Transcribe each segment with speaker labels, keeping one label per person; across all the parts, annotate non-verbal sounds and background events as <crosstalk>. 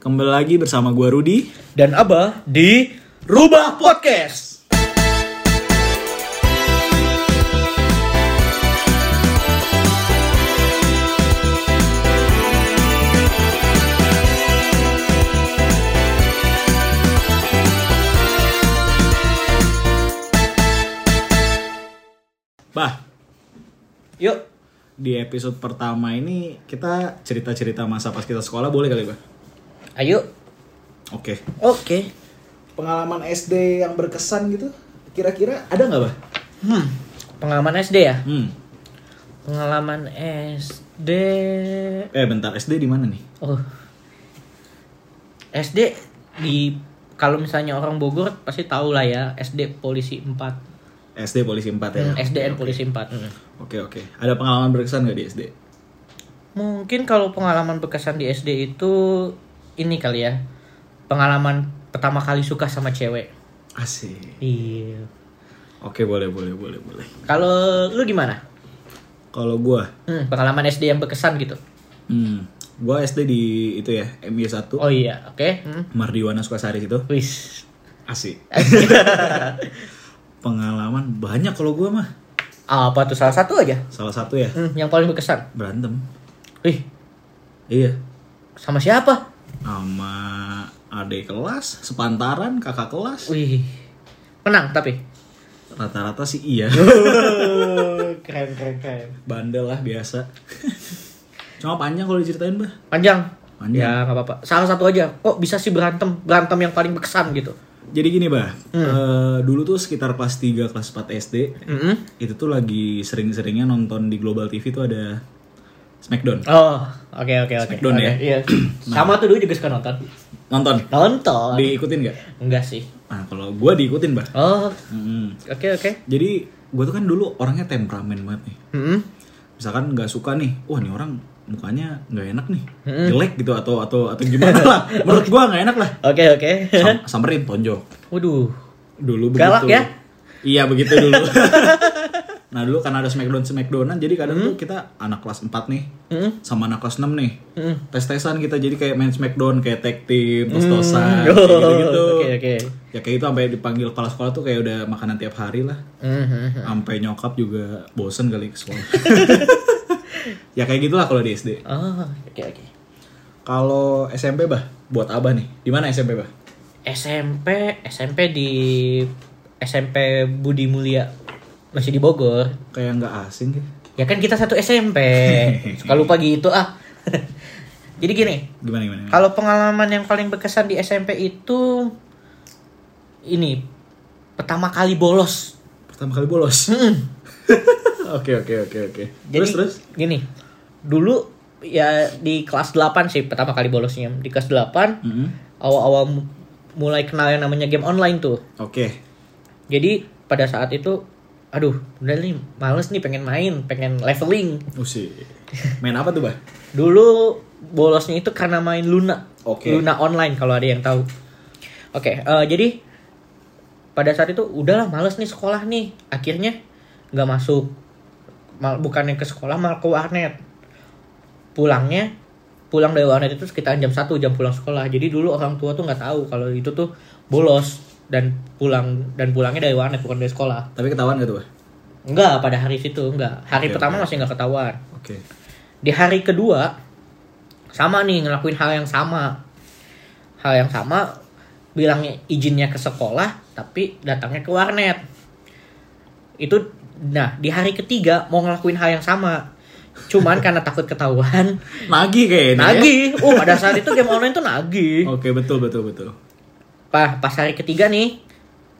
Speaker 1: Kembali lagi bersama gua Rudi.
Speaker 2: dan Abah di Rubah Podcast.
Speaker 1: Bah,
Speaker 2: Yuk,
Speaker 1: di episode pertama ini kita cerita-cerita masa pas kita sekolah boleh kali, Bah?
Speaker 2: ayo.
Speaker 1: Oke.
Speaker 2: Oke.
Speaker 1: Pengalaman SD yang berkesan gitu, kira-kira ada nggak, Bah?
Speaker 2: Hmm. Pengalaman SD ya?
Speaker 1: Hmm.
Speaker 2: Pengalaman SD.
Speaker 1: Eh, bentar, SD di mana nih?
Speaker 2: Oh. SD di kalau misalnya orang Bogor pasti tahu lah ya, SD Polisi 4.
Speaker 1: SD Polisi 4 ya.
Speaker 2: Hmm, SDN Polisi 4. Hmm.
Speaker 1: Oke, oke. Ada pengalaman berkesan nggak di SD?
Speaker 2: Mungkin kalau pengalaman berkesan di SD itu ini kali ya. Pengalaman pertama kali suka sama cewek.
Speaker 1: Asik.
Speaker 2: Iya.
Speaker 1: Oke, boleh, boleh, boleh, boleh.
Speaker 2: Kalau lu gimana?
Speaker 1: Kalau gua,
Speaker 2: Hmm, pengalaman SD yang berkesan gitu.
Speaker 1: hmm, gua SD di itu ya, MY 1
Speaker 2: Oh iya, oke. Hmm.
Speaker 1: Mardiwana Sukasari situ.
Speaker 2: Wis.
Speaker 1: Asik. <laughs> pengalaman banyak kalau gua mah.
Speaker 2: Apa tuh salah satu aja?
Speaker 1: Salah satu ya,
Speaker 2: Hmm, yang paling berkesan.
Speaker 1: berantem.
Speaker 2: Wih,
Speaker 1: Iya.
Speaker 2: sama siapa?
Speaker 1: Sama adik kelas, sepantaran, kakak kelas.
Speaker 2: Wih. Menang tapi.
Speaker 1: Rata-rata sih iya.
Speaker 2: <laughs>
Speaker 1: <laughs>
Speaker 2: keren keren keren.
Speaker 1: Bandel lah biasa. <laughs> Cuma panjang kalau diceritain, Bah.
Speaker 2: Panjang.
Speaker 1: Panjang.
Speaker 2: Ya, nggak apa-apa. Salah satu aja. Kok bisa sih berantem? Berantem yang paling berkesan gitu.
Speaker 1: Jadi gini, Bah. Eh, dulu tuh sekitar kelas 3, kelas 4 SD.
Speaker 2: Mm-mm.
Speaker 1: Itu tuh lagi sering-seringnya nonton di Global TV tuh ada Smackdown.
Speaker 2: Oh, oke oke oke.
Speaker 1: Smackdown
Speaker 2: Oke,
Speaker 1: ya? <clears throat>
Speaker 2: Iya. Sama tuh dulu juga suka nonton.
Speaker 1: Nonton.
Speaker 2: Nonton.
Speaker 1: Diikutin nggak?
Speaker 2: Enggak sih.
Speaker 1: Nah, kalau gua diikutin, Bah.
Speaker 2: Oh, oke
Speaker 1: Mm-mm.
Speaker 2: oke.
Speaker 1: Jadi, gua tuh kan dulu orangnya temperamen banget nih.
Speaker 2: Mm-mm.
Speaker 1: misalkan nggak suka nih wah nih orang mukanya nggak enak nih jelek gitu atau atau atau gimana lah menurut gua nggak enak lah
Speaker 2: Oke oke. <laughs>
Speaker 1: Sam- samperin tonjok
Speaker 2: Waduh.
Speaker 1: dulu begitu
Speaker 2: Galak ya?
Speaker 1: iya begitu dulu
Speaker 2: <laughs>
Speaker 1: nah dulu karena ada smackdown smackdownan jadi kadang tuh
Speaker 2: Hmm?
Speaker 1: kita anak kelas 4 nih
Speaker 2: Mm-mm.
Speaker 1: sama anak kelas 6 nih
Speaker 2: Mm-mm.
Speaker 1: tes tesan kita jadi kayak main smackdown kayak tag team tos tosan
Speaker 2: Oh,
Speaker 1: gitu gitu
Speaker 2: Oke oke.
Speaker 1: ya kayak itu sampai dipanggil kepala sekolah tuh kayak udah makanan tiap hari lah
Speaker 2: Mhm.
Speaker 1: sampai nyokap juga bosen kali ke
Speaker 2: <laughs>
Speaker 1: sekolah ya kayak gitulah kalau di SD
Speaker 2: Oh, oke oke.
Speaker 1: Kalau SMP bah, buat abah nih, di mana SMP bah?
Speaker 2: SMP, SMP di SMP Budi Mulia masih di Bogor.
Speaker 1: Kayak nggak asing ya?
Speaker 2: Ya kan kita
Speaker 1: <laughs>
Speaker 2: satu SMP. Suka lupa gitu ah. <laughs> Jadi gini,
Speaker 1: Gimana gimana? gimana?
Speaker 2: kalau pengalaman yang paling berkesan di SMP itu ini pertama kali bolos.
Speaker 1: Pertama kali bolos.
Speaker 2: Mm-mm.
Speaker 1: Oke oke oke oke.
Speaker 2: Jadi
Speaker 1: Terus terus?
Speaker 2: gini, dulu ya di kelas 8 sih pertama kali bolosnya. Di kelas 8
Speaker 1: Mm-mm.
Speaker 2: awal-awal mu- mulai kenal yang namanya game online tuh.
Speaker 1: Oke.
Speaker 2: Jadi pada saat itu aduh udah nih males nih pengen main pengen leveling
Speaker 1: Usi. Oh, Main apa tuh bah?
Speaker 2: dulu bolosnya itu karena main Luna
Speaker 1: Oke.
Speaker 2: Luna online kalau ada yang tahu oke eh, jadi pada saat itu udahlah males nih sekolah nih akhirnya nggak masuk mal bukan yang ke sekolah malah ke warnet pulangnya pulang dari warnet itu sekitar jam 1 jam pulang sekolah jadi dulu orang tua tuh nggak tahu kalau itu tuh bolos dan pulang dan pulangnya dari warnet bukan dari sekolah
Speaker 1: Tapi ketahuan gak tuh bah?
Speaker 2: Enggak, pada hari situ enggak. Hari
Speaker 1: Oke,
Speaker 2: pertama
Speaker 1: oke.
Speaker 2: masih enggak ketahuan.
Speaker 1: Oke.
Speaker 2: Di hari kedua sama nih ngelakuin hal yang sama. Hal yang sama bilangnya izinnya ke sekolah tapi datangnya ke warnet. Itu nah, di hari ketiga mau ngelakuin hal yang sama. Cuman karena takut ketahuan,
Speaker 1: Nagih kayaknya. ya?
Speaker 2: nagih. Oh, pada saat itu game online tuh nagih.
Speaker 1: Oke betul betul betul.
Speaker 2: Pas, pas hari ketiga nih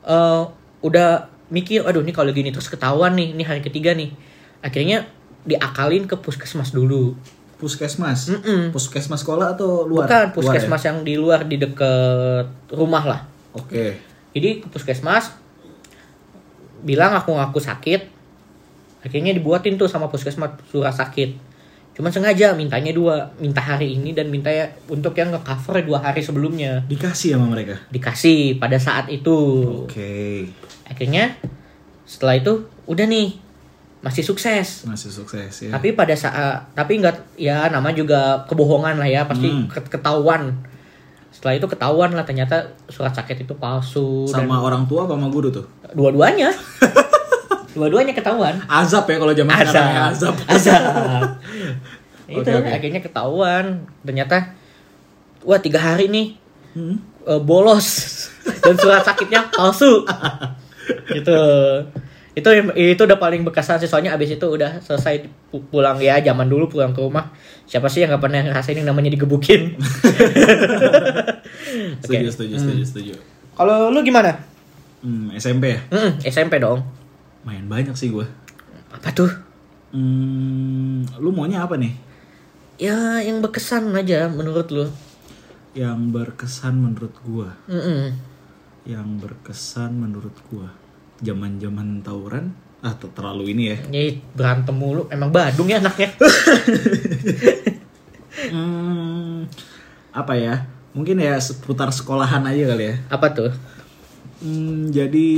Speaker 2: eh udah mikir aduh nih kalau gini terus ketahuan nih ini hari ketiga nih akhirnya diakalin ke puskesmas dulu
Speaker 1: Puskesmas.
Speaker 2: Mm-mm.
Speaker 1: Puskesmas sekolah atau luar?
Speaker 2: bukan
Speaker 1: Luar,
Speaker 2: puskesmas
Speaker 1: ya?
Speaker 2: yang di luar di deket rumah lah
Speaker 1: Oke.
Speaker 2: jadi ke puskesmas bilang aku ngaku sakit akhirnya dibuatin tuh sama puskesmas surat sakit cuman sengaja mintanya dua minta hari ini dan minta ya untuk yang ngecover dua hari sebelumnya
Speaker 1: Dikasih sama mereka.
Speaker 2: dikasih pada saat itu
Speaker 1: Oke.
Speaker 2: akhirnya setelah itu udah nih masih sukses
Speaker 1: Masih sukses ya.
Speaker 2: tapi pada saat tapi nggak ya nama juga kebohongan lah ya pasti
Speaker 1: Hmm.
Speaker 2: ket- ketahuan setelah itu ketahuan lah ternyata surat sakit itu palsu
Speaker 1: Sama orang tua apa sama guru tuh?
Speaker 2: dan dua-duanya
Speaker 1: <laughs>
Speaker 2: dua-duanya ketahuan
Speaker 1: Azab ya kalau zaman sekarang ya, azab.
Speaker 2: azab <laughs> azab itu
Speaker 1: Oke, oke.
Speaker 2: akhirnya ketahuan ternyata wah tiga hari nih
Speaker 1: Hmm.
Speaker 2: eh, bolos dan surat sakitnya palsu gitu itu itu udah paling bekasan sih soalnya abis itu udah selesai pu- pulang ya zaman dulu pulang ke rumah siapa sih yang nggak pernah ngerasain yang namanya
Speaker 1: <laughs>
Speaker 2: digebukin
Speaker 1: Setuju,
Speaker 2: Oke. Hmm.
Speaker 1: setuju, setuju, setuju.
Speaker 2: kalau lu gimana
Speaker 1: Hmm, SMP ya?
Speaker 2: Mm-mm, SMP dong
Speaker 1: Main banyak sih gue.
Speaker 2: apa tuh
Speaker 1: Hmm, lu maunya apa nih?
Speaker 2: ya yang berkesan aja menurut lu
Speaker 1: Yang berkesan menurut gua.
Speaker 2: Mm-mm.
Speaker 1: Yang berkesan menurut gua. Zaman-zaman tawuran. Ah, ter- terlalu ini ya.
Speaker 2: Ih, berantem mulu emang Badung ya anaknya <laughs>
Speaker 1: Hmm, apa ya? Mungkin ya seputar sekolahan aja kali ya.
Speaker 2: apa tuh
Speaker 1: Hmm, jadi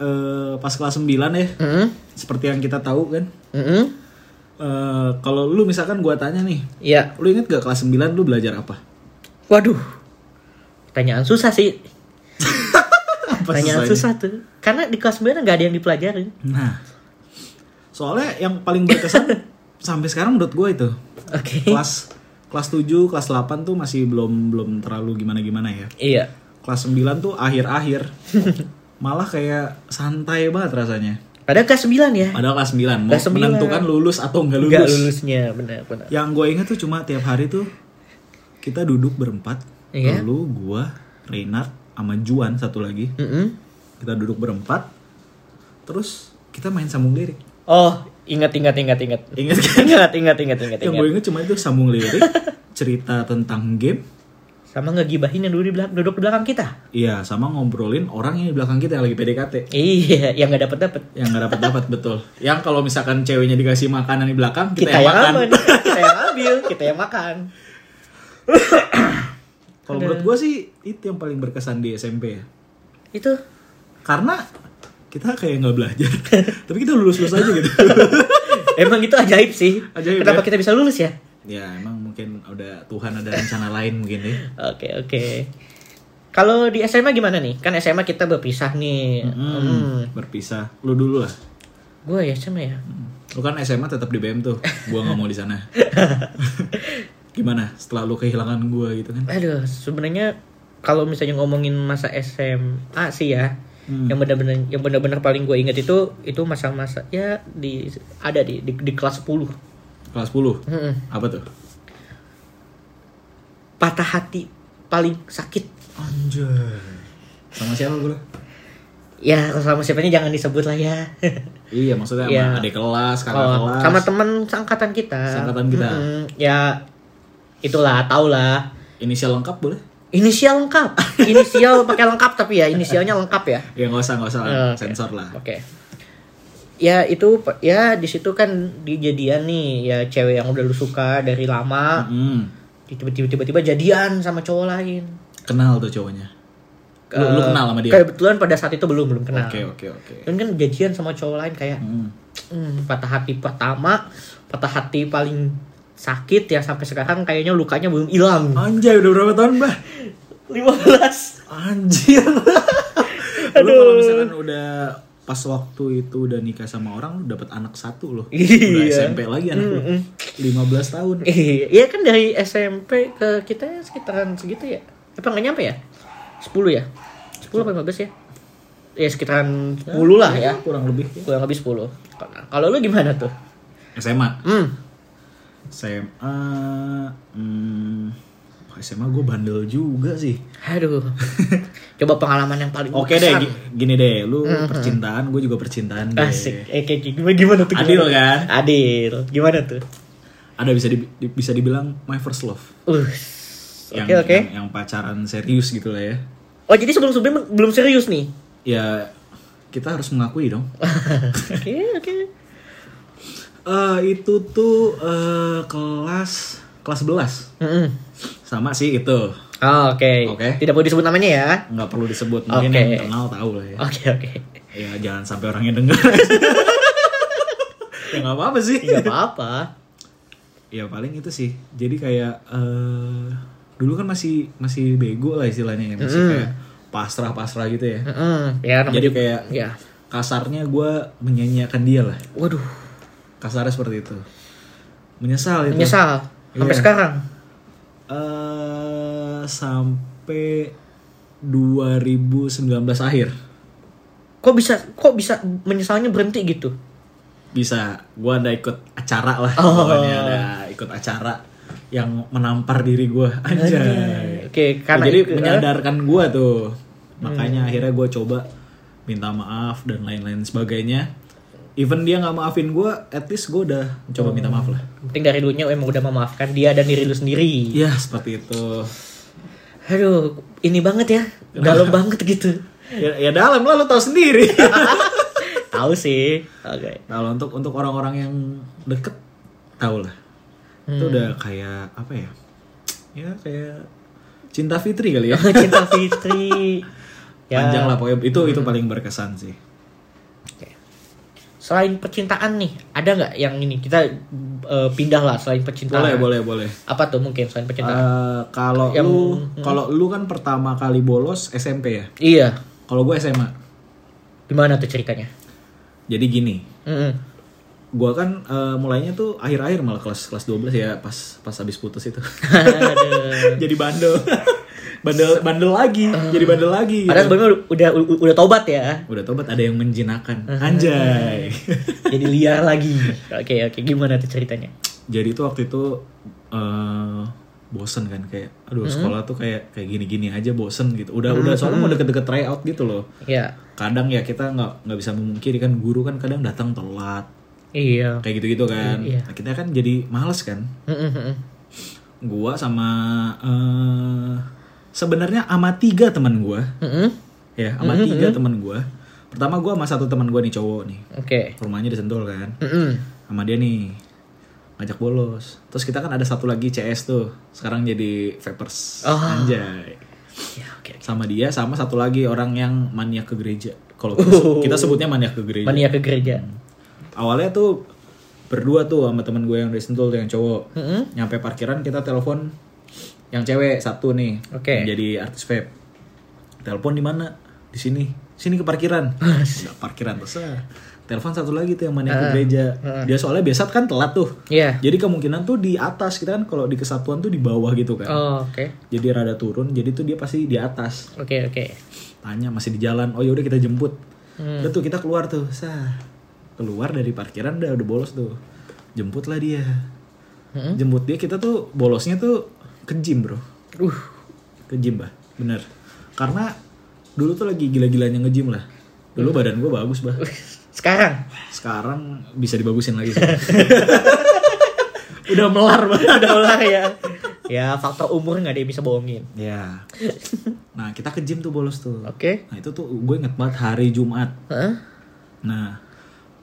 Speaker 1: eh, pas kelas 9 ya.
Speaker 2: Mm-mm.
Speaker 1: Seperti yang kita tahu kan.
Speaker 2: Mm-mm.
Speaker 1: Eh, kalau lu misalkan gua tanya nih,
Speaker 2: Iya.
Speaker 1: lu inget gak kelas 9 lu belajar apa?
Speaker 2: Waduh. Pertanyaan susah sih.
Speaker 1: Apa
Speaker 2: Pertanyaan
Speaker 1: susahnya?
Speaker 2: susah tuh. Karena di kelas 9 nggak ada yang dipelajarin.
Speaker 1: Nah, soalnya yang paling <laughs> berkesan sampai sekarang menurut gue itu
Speaker 2: Oke.
Speaker 1: kelas kelas 7, kelas 8 tuh masih belum belum terlalu gimana-gimana ya.
Speaker 2: Iya.
Speaker 1: Kelas 9 tuh akhir-akhir malah kayak santai banget rasanya.
Speaker 2: Pada kelas 9 ya.
Speaker 1: Padahal kelas 9 mau
Speaker 2: Kelas 9.
Speaker 1: menentukan lulus atau enggak lulus.
Speaker 2: Nggak lulusnya, benar benar.
Speaker 1: Yang gue inget tuh cuma tiap hari tuh kita duduk berempat,
Speaker 2: Iya.
Speaker 1: lalu gue, Reinhard, sama Juan satu lagi.
Speaker 2: Mm-mm.
Speaker 1: Kita duduk berempat, terus kita main sambung lirik.
Speaker 2: Oh, ingat ingat ingat ingat. <laughs>
Speaker 1: Ingat kan?
Speaker 2: Ingat ingat ingat ingat
Speaker 1: Yang
Speaker 2: ingat.
Speaker 1: gue inget cuma itu sambung
Speaker 2: <laughs>
Speaker 1: lirik, cerita tentang game,
Speaker 2: Sama ngegibahin yang dulu di belakang, duduk di belakang kita.
Speaker 1: iya sama ngobrolin orang yang di belakang kita yang lagi PDKT.
Speaker 2: Iya, yang nggak dapat dapat.
Speaker 1: Yang nggak dapat <laughs> dapat betul. Yang kalau misalkan ceweknya dikasih makanan di belakang kita,
Speaker 2: Kita,
Speaker 1: yang
Speaker 2: yang
Speaker 1: makan.
Speaker 2: aman, kita yang ambil, kita yang makan.
Speaker 1: Kalau menurut gue sih itu yang paling berkesan di SMP ya. <laughs>
Speaker 2: Itu
Speaker 1: Karena kita kayak nggak <laughs> belajar, tapi kita lulus lulus aja gitu. <laughs>
Speaker 2: emang itu ajaib sih.
Speaker 1: Ajaib,
Speaker 2: Kenapa
Speaker 1: ya?
Speaker 2: kita bisa lulus ya?
Speaker 1: ya emang mungkin udah Tuhan ada rencana lain mungkin ya.
Speaker 2: Oke oke. Kalau di SMA gimana nih? Kan SMA kita berpisah nih. Hmm.
Speaker 1: Hmm, berpisah. Lu dulu lah.
Speaker 2: Gue ya SMA ya.
Speaker 1: Lu kan SMA tetap di BM tuh. Gua nggak mau di <laughs> sana. Gimana? Setelah lu kehilangan gua gitu kan?
Speaker 2: Aduh, sebenarnya kalau misalnya ngomongin masa SMA sih ya,
Speaker 1: Hmm.
Speaker 2: yang benar-benar yang benar-benar paling gue inget itu itu masa-masa ya di ada di di, di kelas 10.
Speaker 1: Kelas 10.
Speaker 2: Mm-mm.
Speaker 1: Apa tuh?
Speaker 2: Patah hati paling sakit.
Speaker 1: Anjay. Sama siapa gue?
Speaker 2: Ya, kalau sama siapanya jangan disebut lah
Speaker 1: <laughs>
Speaker 2: ya.
Speaker 1: Iya, maksudnya sama
Speaker 2: Iya.
Speaker 1: adik kelas, kakak
Speaker 2: Kalau
Speaker 1: kelas.
Speaker 2: sama teman seangkatan kita.
Speaker 1: Seangkatan kita.
Speaker 2: Mm-mm. Ya itulah, tau lah.
Speaker 1: Inisial lengkap boleh?
Speaker 2: Inisial lengkap. <laughs> Inisial pakai lengkap tapi ya inisialnya lengkap ya.
Speaker 1: Ya nggak usah, nggak usah. lah.
Speaker 2: Oke.
Speaker 1: Sensor lah.
Speaker 2: Oke. Ya itu ya di situ kan dijadian nih ya cewek yang udah lu suka dari lama
Speaker 1: Hmm.
Speaker 2: tiba-tiba tiba-tiba jadian sama cowok lain.
Speaker 1: Kenal tuh cowoknya. Lu, lu
Speaker 2: Eh,
Speaker 1: kenal sama dia? Oke,
Speaker 2: Kebetulan pada saat itu belum belum kenal.
Speaker 1: oke, oke.
Speaker 2: Dan kan jadian sama cowok lain kayak
Speaker 1: Hmm.
Speaker 2: hmm, patah hati pertama, patah hati paling sakit ya sampai sekarang kayaknya lukanya belum hilang.
Speaker 1: Anjay, udah berapa tahun, Bah?
Speaker 2: 15. <laughs>
Speaker 1: Anjir. lu kalau misalkan udah pas waktu itu udah nikah sama orang lu dapat anak satu loh. Udah
Speaker 2: Iya.
Speaker 1: SMP lagi anak lu. 15 tahun.
Speaker 2: Iya kan dari SMP ke kita sekitaran segitu ya. Apa nggak nyampe ya? 10 ya? 10 apa 15 ya? Ya sekitaran 10 lah ya.
Speaker 1: Kurang lebih.
Speaker 2: Kurang lebih 10. Kalau lu gimana tuh?
Speaker 1: SMA.
Speaker 2: Hmm.
Speaker 1: SMA hmm, SMA gue bandel juga sih <laughs>
Speaker 2: Aduh. Coba pengalaman yang paling
Speaker 1: oke deh
Speaker 2: berkesan.
Speaker 1: gi- gini deh lu percintaan gue juga percintaan deh
Speaker 2: Asik. Eh kayak gimana, gimana tuh?
Speaker 1: Adil
Speaker 2: gimana?
Speaker 1: kan?
Speaker 2: Adil. Gimana tuh?
Speaker 1: ada bisa di- di- bisa dibilang my first love
Speaker 2: Uh.
Speaker 1: yang,
Speaker 2: Oke oke.
Speaker 1: yang yang pacaran serius gitu lah ya
Speaker 2: Oh jadi sebelum sebelum belum serius nih.
Speaker 1: <laughs> ya kita harus mengakui dong
Speaker 2: Oke oke.
Speaker 1: Eh, itu tuh eh, kelas kelas 11
Speaker 2: Mm-mm.
Speaker 1: sama sih itu
Speaker 2: Oh, Hmm. oke.
Speaker 1: Oke.
Speaker 2: Tidak perlu disebut namanya ya.
Speaker 1: nggak perlu disebut mungkin
Speaker 2: Oke. Oh.
Speaker 1: yang kenal tahu lah ya
Speaker 2: Oke oke.
Speaker 1: ya jangan sampai orangnya dengar <laughs> ya nggak apa apa sih
Speaker 2: Gak apa-apa.
Speaker 1: ya paling itu sih jadi kayak eh dulu kan masih masih bego lah istilahnya ya masih
Speaker 2: Mm.
Speaker 1: kayak pasrah-pasrah gitu ya
Speaker 2: Mm-mm. ya namanya
Speaker 1: jadi kayak
Speaker 2: ya
Speaker 1: kasarnya gue menyanyiakan dia lah
Speaker 2: waduh
Speaker 1: kasarnya seperti itu menyesal itu
Speaker 2: menyesal sampai
Speaker 1: Iya.
Speaker 2: sekarang
Speaker 1: Eh, sampai 2019 akhir
Speaker 2: kok bisa kok bisa menyesalnya berhenti gitu
Speaker 1: bisa gue ada ikut acara lah
Speaker 2: Oh.
Speaker 1: pokoknya ada ikut acara yang menampar diri gue aja
Speaker 2: oke karena
Speaker 1: jadi
Speaker 2: itu- eh? Hmm.
Speaker 1: menyadarkan gue tuh makanya akhirnya gue coba minta maaf dan lain-lain sebagainya even dia nggak maafin gue at least gue udah coba minta maaf lah
Speaker 2: Yang penting dari dulunya oh, emang udah memaafkan dia dan diri lu sendiri
Speaker 1: ya seperti itu
Speaker 2: aduh ini banget ya dalam
Speaker 1: <laughs>
Speaker 2: banget gitu
Speaker 1: ya, ya dalam lah lo tau
Speaker 2: <laughs>
Speaker 1: sendiri
Speaker 2: tahu sih oke
Speaker 1: kalau untuk untuk orang-orang yang deket tau lah itu
Speaker 2: Hmm.
Speaker 1: udah kayak apa ya ya kayak cinta fitri kali ya
Speaker 2: cinta
Speaker 1: <laughs>
Speaker 2: Fitri ya Nah.
Speaker 1: panjang lah pokoknya itu itu paling berkesan sih
Speaker 2: selain percintaan nih ada nggak yang ini kita eh, pindah lah selain percintaan
Speaker 1: boleh boleh boleh
Speaker 2: apa tuh mungkin selain percintaan
Speaker 1: Eh, kalau
Speaker 2: Yang-
Speaker 1: lu
Speaker 2: hmm.
Speaker 1: kalau lu kan pertama kali bolos SMP ya
Speaker 2: iya
Speaker 1: kalau gue SMA
Speaker 2: gimana tuh ceritanya
Speaker 1: jadi gini
Speaker 2: Mm-mm.
Speaker 1: gue kan eh, mulainya tuh akhir-akhir malah kelas kelas 12 ya pas pas habis putus itu
Speaker 2: Aduh.
Speaker 1: <laughs>
Speaker 2: Eh.
Speaker 1: jadi bandel bandel bandel lagi jadi bandel lagi gitu.
Speaker 2: Padahal sebelumnya udah, udah udah tobat ya.
Speaker 1: udah tobat ada yang menjinakkan
Speaker 2: Eh.
Speaker 1: anjay
Speaker 2: <laughs> Jadi liar lagi. Oke oke gimana tuh ceritanya?
Speaker 1: jadi tuh waktu itu eh bosen kan kayak aduh sekolah tuh kayak kayak gini-gini aja bosen gitu udah udah soalnya mau deket-deket tryout gitu loh
Speaker 2: Ya.
Speaker 1: kadang ya kita nggak nggak bisa memungkiri kan guru kan kadang datang telat
Speaker 2: Iya.
Speaker 1: kayak gitu-gitu kan
Speaker 2: Iya.
Speaker 1: Nah, kita kan jadi males kan
Speaker 2: Mm-mm-mm.
Speaker 1: gua sama eh sebenarnya ama tiga teman gua
Speaker 2: Mm-mm.
Speaker 1: ya ama tiga teman gua pertama gua sama satu teman gua nih cowok nih
Speaker 2: Oke.
Speaker 1: rumahnya di Sentul kan
Speaker 2: Mm-mm.
Speaker 1: sama dia nih ngajak bolos terus kita kan ada satu lagi CS tuh sekarang jadi vapers
Speaker 2: Ah.
Speaker 1: anjay
Speaker 2: Ya, Oke.
Speaker 1: sama dia sama satu lagi orang yang maniak ke gereja kalau
Speaker 2: Oh.
Speaker 1: kita, kita sebutnya maniak ke gereja
Speaker 2: Mania ke gereja.
Speaker 1: awalnya tuh berdua tuh sama temen gue yang dari Sentul yang cowok
Speaker 2: Mm-mm.
Speaker 1: nyampe parkiran kita telepon yang cewek satu nih
Speaker 2: Oke.
Speaker 1: yang jadi artis vape telepon di mana di sini sini ke
Speaker 2: <laughs>
Speaker 1: parkiran Udah, parkiran terus ah. telepon satu lagi tuh yang maniak
Speaker 2: Ah.
Speaker 1: ke gereja dia soalnya biasa kan telat tuh
Speaker 2: Iya.
Speaker 1: jadi kemungkinan tuh di atas kita kan kalau di kesatuan tuh di bawah gitu kan.
Speaker 2: Oh, Oke.
Speaker 1: Jadi rada turun, jadi tuh dia pasti di atas.
Speaker 2: Oke oke.
Speaker 1: Tanya masih di jalan. Oh yaudah kita jemput.
Speaker 2: Hmm.
Speaker 1: Udah tuh kita keluar tuh. Sah. Keluar dari parkiran udah udah bolos tuh. Jemputlah dia.
Speaker 2: Mm-mm.
Speaker 1: Jemput dia kita tuh bolosnya tuh ke gym, Bro.
Speaker 2: Uh.
Speaker 1: Ke gym, Bah. Bener. Karena dulu tuh lagi gila-gilanya nge-gym lah.
Speaker 2: Hmm.
Speaker 1: Dulu badan gue bagus, Bah.
Speaker 2: Sekarang. <laughs>
Speaker 1: Sekarang bisa dibagusin lagi sih. udah melar, Bah.
Speaker 2: Udah ular ya. Ya faktor umur nggak ada yang bisa bohongin.
Speaker 1: Ya. Nah, kita ke gym tuh bolos tuh.
Speaker 2: Oke.
Speaker 1: Nah, itu tuh gue inget banget hari Jumat.
Speaker 2: Heeh.
Speaker 1: Nah,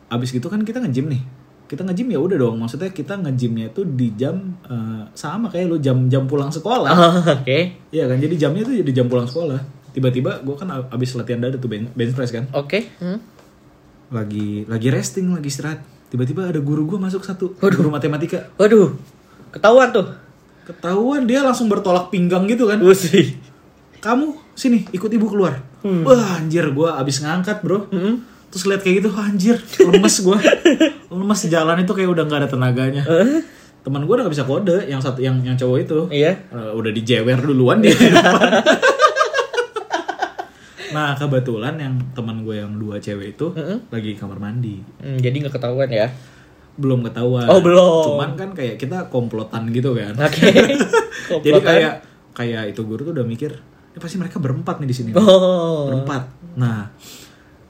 Speaker 1: abis gitu kan kita nge-gym nih. Kita nge-gym ya udah dong. Maksudnya kita nge-gymnya itu di jam eh, sama kayak lu jam-jam pulang sekolah.
Speaker 2: Oh, Oke.
Speaker 1: Iya kan? Jadi jamnya tuh jadi jam pulang sekolah. Tiba-tiba gue kan abis latihan dada tuh ben- bench press kan.
Speaker 2: Oke. Hmm.
Speaker 1: Lagi lagi resting, lagi istirahat. Tiba-tiba ada guru gue masuk satu, guru matematika.
Speaker 2: Waduh. Ketahuan tuh.
Speaker 1: Ketahuan dia langsung bertolak pinggang gitu kan.
Speaker 2: Usi.
Speaker 1: kamu sini ikut ibu keluar
Speaker 2: Hmm.
Speaker 1: wah anjir gua abis ngangkat bro terus lihat kayak gitu wah, anjir lemes
Speaker 2: <laughs>
Speaker 1: gua lemes jalan itu kayak udah nggak ada tenaganya
Speaker 2: Eh?
Speaker 1: teman gua udah gak bisa kode yang satu yang yang cowok itu
Speaker 2: Iya.
Speaker 1: Eh, udah dijewer duluan dia <laughs> nah kebetulan yang teman gue yang dua cewek itu
Speaker 2: Eh,
Speaker 1: lagi di kamar mandi
Speaker 2: Hmm, jadi nggak ketahuan ya.
Speaker 1: belum ketahuan
Speaker 2: Oh, belum.
Speaker 1: cuman kan kayak kita komplotan gitu kan <laughs>
Speaker 2: Oke.
Speaker 1: jadi
Speaker 2: Komplotan.
Speaker 1: kayak kayak itu guru tuh udah mikir "Ini pasti mereka berempat nih di sini
Speaker 2: Oh.
Speaker 1: berempat. Nah,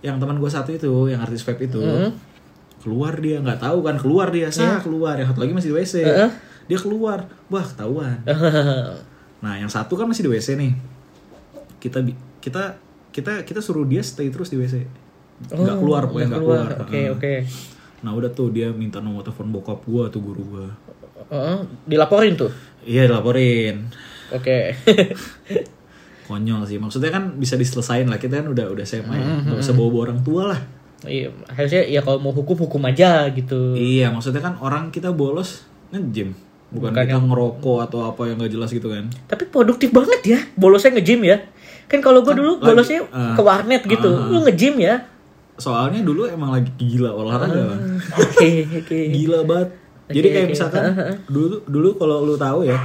Speaker 1: yang teman gue satu itu, yang artis vape itu,
Speaker 2: Mm-hmm.
Speaker 1: keluar dia nggak tahu kan keluar dia,
Speaker 2: Iya.
Speaker 1: sah keluar. Yang satu lagi masih di WC, dia keluar, wah ketahuan.
Speaker 2: Oh. <laughs>
Speaker 1: Nah, yang satu kan masih di WC nih. Kita bi- kita kita kita suruh dia stay terus di WC, nggak
Speaker 2: Oh,
Speaker 1: keluar pokoknya nggak keluar. Hmm.
Speaker 2: Oke,
Speaker 1: Heeh.
Speaker 2: oke.
Speaker 1: Nah udah tuh dia minta nomor telepon bokap gue tuh guru gue.
Speaker 2: Heeh, dilaporin tuh.
Speaker 1: Iya dilaporin.
Speaker 2: Oke. <laughs>
Speaker 1: Konyol sih, maksudnya kan bisa diselesain lah kita kan udah udah SMA ya,
Speaker 2: Mm-hmm.
Speaker 1: nggak usah bawa orang tua lah.
Speaker 2: Iya, harusnya ya kalau mau hukum hukum aja gitu.
Speaker 1: Iya, maksudnya kan orang kita bolos nge-gym. bukan,
Speaker 2: Bukan
Speaker 1: kita
Speaker 2: yang-
Speaker 1: ngerokok atau apa yang nggak jelas gitu kan
Speaker 2: Tapi produktif banget ya bolosnya nge-gym ya. Kan kalau gue dulu
Speaker 1: lagi-
Speaker 2: bolosnya
Speaker 1: ah.
Speaker 2: ke warnet gitu.
Speaker 1: Ah.
Speaker 2: Lu nge-gym ya.
Speaker 1: soalnya dulu emang lagi gila olahraga Bang.
Speaker 2: Oke, oke.
Speaker 1: gila banget jadi kayak
Speaker 2: Ah. Oke, oke. Ah,
Speaker 1: misalkan dulu dulu kalau lu tahu ya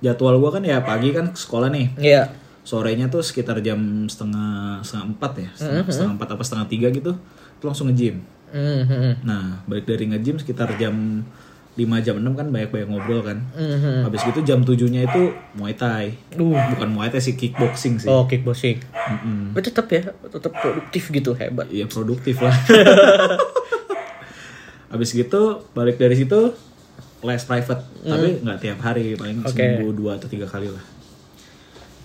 Speaker 1: jadwal gua kan ya pagi kan ke sekolah nih
Speaker 2: Iya.
Speaker 1: sorenya tuh sekitar jam setengah setengah empat ya
Speaker 2: Ah,
Speaker 1: setengah, setengah empat apa setengah tiga gitu tuh langsung nge-gym
Speaker 2: Mhm.
Speaker 1: nah balik dari nge-gym sekitar jam 5 jam 6 kan banyak-banyak ngobrol kan
Speaker 2: Mhm.
Speaker 1: habis itu jam tujuhnya itu Muay Thai
Speaker 2: Duh.
Speaker 1: bukan Muay Thai sih kickboxing sih
Speaker 2: Oh, kickboxing.
Speaker 1: Mm-mm.
Speaker 2: Tapi tetap ya, tetap produktif gitu, hebat.
Speaker 1: Iya produktif
Speaker 2: <laughs>
Speaker 1: lah. Abis gitu balik dari situ les private, tapi nggak tiap hari paling
Speaker 2: Hmm. Oke.
Speaker 1: seminggu dua atau tiga kali lah.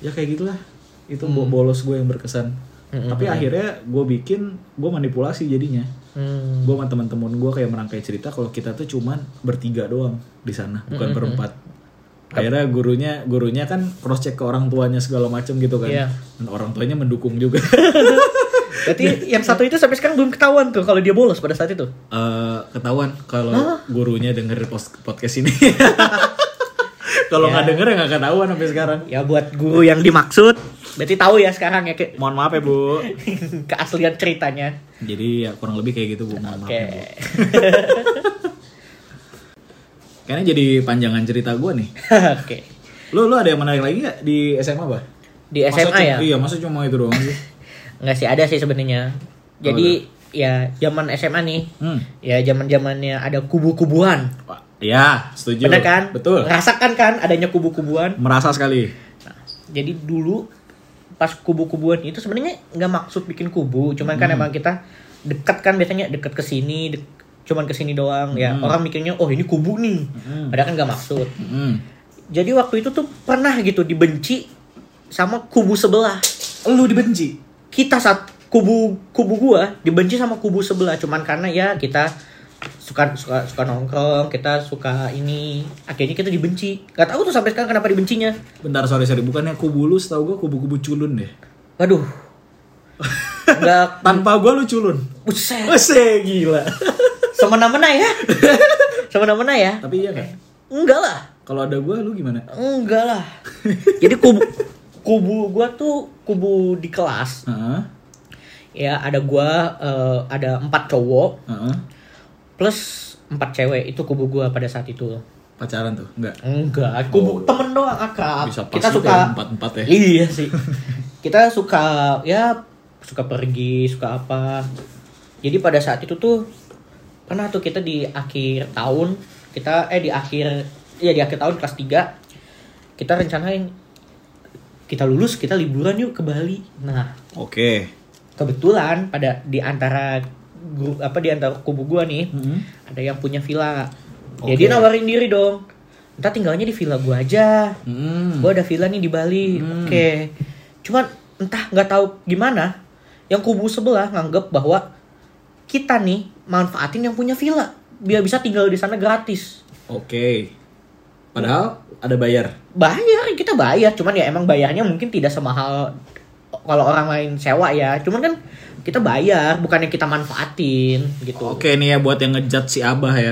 Speaker 1: Ya kayak gitulah. Itu bo-
Speaker 2: Hmm.
Speaker 1: bolos gue yang berkesan. Tapi akhirnya gue bikin gue manipulasi jadinya.
Speaker 2: Hmm.
Speaker 1: Gue sama teman-teman gue kayak merangkai cerita kalau kita tuh cuman bertiga doang di sana,
Speaker 2: Mm-hmm.
Speaker 1: bukan berempat. Akhirnya gurunya gurunya kan cross check ke orang tuanya segala macem gitu kan.
Speaker 2: Iya.
Speaker 1: Dan orang tuanya mendukung juga. <laughs>
Speaker 2: Berarti yang satu itu sampai sekarang belum ketahuan tuh kalau dia bolos pada saat itu.
Speaker 1: eh ketahuan kalau gurunya denger pos- podcast
Speaker 2: <laughs>
Speaker 1: ini. kalau nggak denger ya nggak ketahuan sampai sekarang.
Speaker 2: Ya buat guru yang dimaksud, berarti tahu ya sekarang ya Ki.
Speaker 1: Mohon maaf ya bu.
Speaker 2: <laughs> keaslian ceritanya.
Speaker 1: Jadi ya kurang lebih kayak gitu bu. Mohon maaf
Speaker 2: Oke.
Speaker 1: ya bu. Karena jadi panjangan cerita gue nih.
Speaker 2: <laughs> Oke.
Speaker 1: Lo lo ada yang menarik lagi nggak di SMA bah?
Speaker 2: Di
Speaker 1: Masa
Speaker 2: SMA
Speaker 1: cu-
Speaker 2: ya?
Speaker 1: Iya masa cuma itu doang sih.
Speaker 2: <laughs> Nggak sih ada sih sebenarnya.
Speaker 1: Oh,
Speaker 2: Jadi ya zaman SMA nih.
Speaker 1: Hmm.
Speaker 2: Ya zaman-zamannya ada kubu-kubuan.
Speaker 1: Wah, Ya setuju.
Speaker 2: Bener kan?
Speaker 1: Betul.
Speaker 2: Rasakan kan adanya kubu-kubuan.
Speaker 1: Merasa sekali.
Speaker 2: Nah, jadi dulu pas kubu-kubuan itu sebenarnya nggak maksud bikin kubu, cuman
Speaker 1: Hmm.
Speaker 2: kan emang kita dekat kan biasanya dekat ke sini, dek- cuman ke sini doang ya.
Speaker 1: Hmm.
Speaker 2: Orang mikirnya oh ini kubu nih.
Speaker 1: Hmm.
Speaker 2: Padahal kan nggak maksud.
Speaker 1: Hmm.
Speaker 2: Jadi waktu itu tuh pernah gitu dibenci sama kubu sebelah.
Speaker 1: Lu dibenci.
Speaker 2: Kita saat kubu kubu gua dibenci sama kubu sebelah cuman karena ya kita suka suka suka nongkrong, kita suka ini. Akhirnya kita dibenci. Gak tahu tuh sampai sekarang kenapa dibencinya.
Speaker 1: Bentar sorry sorry bukannya kubu lu setahu gue kubu-kubu culun deh.
Speaker 2: Waduh. Enggak
Speaker 1: Tanpa gue lu culun.
Speaker 2: buset.
Speaker 1: Wese gila.
Speaker 2: Semena-mena ya. Semena-mena ya.
Speaker 1: Tapi iya nggak?
Speaker 2: Enggak lah.
Speaker 1: Kalau ada gue lu gimana?
Speaker 2: Enggak lah. Jadi kubu kubu gua tuh kubu di kelas.
Speaker 1: Heeh.
Speaker 2: Ya ada gua eh, ada empat cowok
Speaker 1: Heeh.
Speaker 2: plus empat cewek itu kubu gua pada saat itu.
Speaker 1: Pacaran tuh? Enggak.
Speaker 2: Enggak,
Speaker 1: Oh.
Speaker 2: kubu temen doang akak.
Speaker 1: Bisa pas
Speaker 2: Ah, Kita
Speaker 1: gitu
Speaker 2: suka
Speaker 1: ya, empat-empat ya.
Speaker 2: Iya sih. Kita suka ya suka pergi, suka apa. Jadi pada saat itu tuh pernah tuh kita di akhir tahun, kita eh di akhir ya di akhir tahun kelas 3 kita rencanain kita lulus kita liburan yuk ke Bali. Nah,
Speaker 1: Oke.
Speaker 2: kebetulan pada di antara grup apa di antara kubu gua nih
Speaker 1: Heeh.
Speaker 2: ada yang punya villa.
Speaker 1: Oke.
Speaker 2: Jadi nawarin diri dong. Entah tinggalnya di villa gua aja
Speaker 1: Hmm.
Speaker 2: gue ada villa nih di Bali
Speaker 1: Hmm.
Speaker 2: oke cuman entah nggak tahu gimana yang kubu sebelah nganggep bahwa kita nih manfaatin yang punya villa biar bisa tinggal di sana gratis
Speaker 1: Oke. Padahal ada bayar.
Speaker 2: bayar kita bayar cuman ya emang bayarnya mungkin tidak semahal kalau orang lain sewa ya cuman kan kita bayar bukannya kita manfaatin gitu
Speaker 1: Oke nih ya buat yang ngejat si Abah <laughs> ya.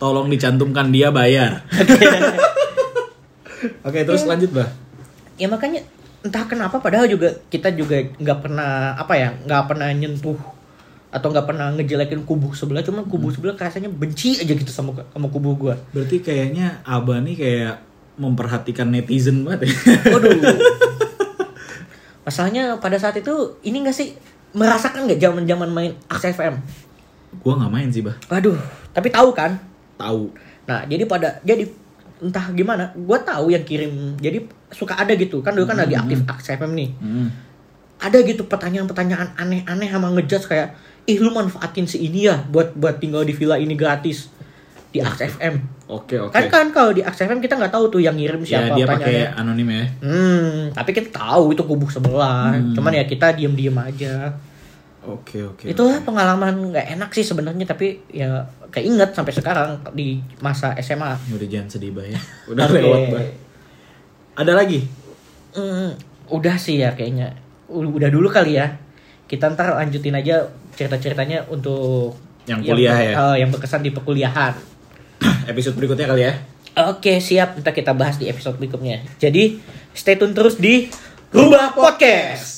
Speaker 1: Tolong dicantumkan dia bayar. <laughs> Oke, terus lanjut, Bah.
Speaker 2: ya makanya entah kenapa padahal juga kita juga nggak pernah apa ya nggak pernah nyentuh atau nggak pernah ngejelekin kubu sebelah cuman kubu sebelah rasanya benci aja gitu sama sama kubu gua
Speaker 1: Berarti kayaknya Abah nih kayak memperhatikan netizen banget ya. <laughs>
Speaker 2: waduh masalahnya pada saat itu ini nggak sih merasakan nggak zaman zaman main Aks FM
Speaker 1: gua nggak main sih, Bah.
Speaker 2: waduh tapi tahu kan
Speaker 1: Tahu.
Speaker 2: nah jadi pada jadi entah gimana gua tahu yang kirim jadi suka ada gitu kan dulu kan lagi aktif Aks FM nih
Speaker 1: Hmm.
Speaker 2: ada gitu pertanyaan-pertanyaan aneh-aneh sama ngejudge kayak ih lu manfaatin si ini ya buat buat tinggal di villa ini gratis di Aks FM.
Speaker 1: Oke, oke.
Speaker 2: Kan kan kalau di Aks FM kita nggak tahu tuh yang ngirim
Speaker 1: Ya,
Speaker 2: siapa kan?
Speaker 1: dia pakai
Speaker 2: pertanyaannya.
Speaker 1: anonim ya.
Speaker 2: Hmm, tapi kita tahu itu kubu sebelah.
Speaker 1: Hmm.
Speaker 2: Cuman ya kita diem-diem aja.
Speaker 1: Oke, oke.
Speaker 2: Itulah pengalaman nggak enak sih sebenarnya tapi ya keinget sampai sekarang di masa SMA.
Speaker 1: Udah jangan sedih, Bah ya. Udah
Speaker 2: Oke.
Speaker 1: lewat, Bah. Ada lagi? <clears throat>
Speaker 2: Hmm, udah sih ya kayaknya. U- Udah dulu kali ya. Kita ntar lanjutin aja cerita-ceritanya untuk
Speaker 1: Yang kuliah ya?
Speaker 2: eh, yang berkesan di perkuliahan.
Speaker 1: episode berikutnya kali ya.
Speaker 2: Oke siap, ntar kita bahas di episode berikutnya. Jadi stay tune terus di Rubah Podcast.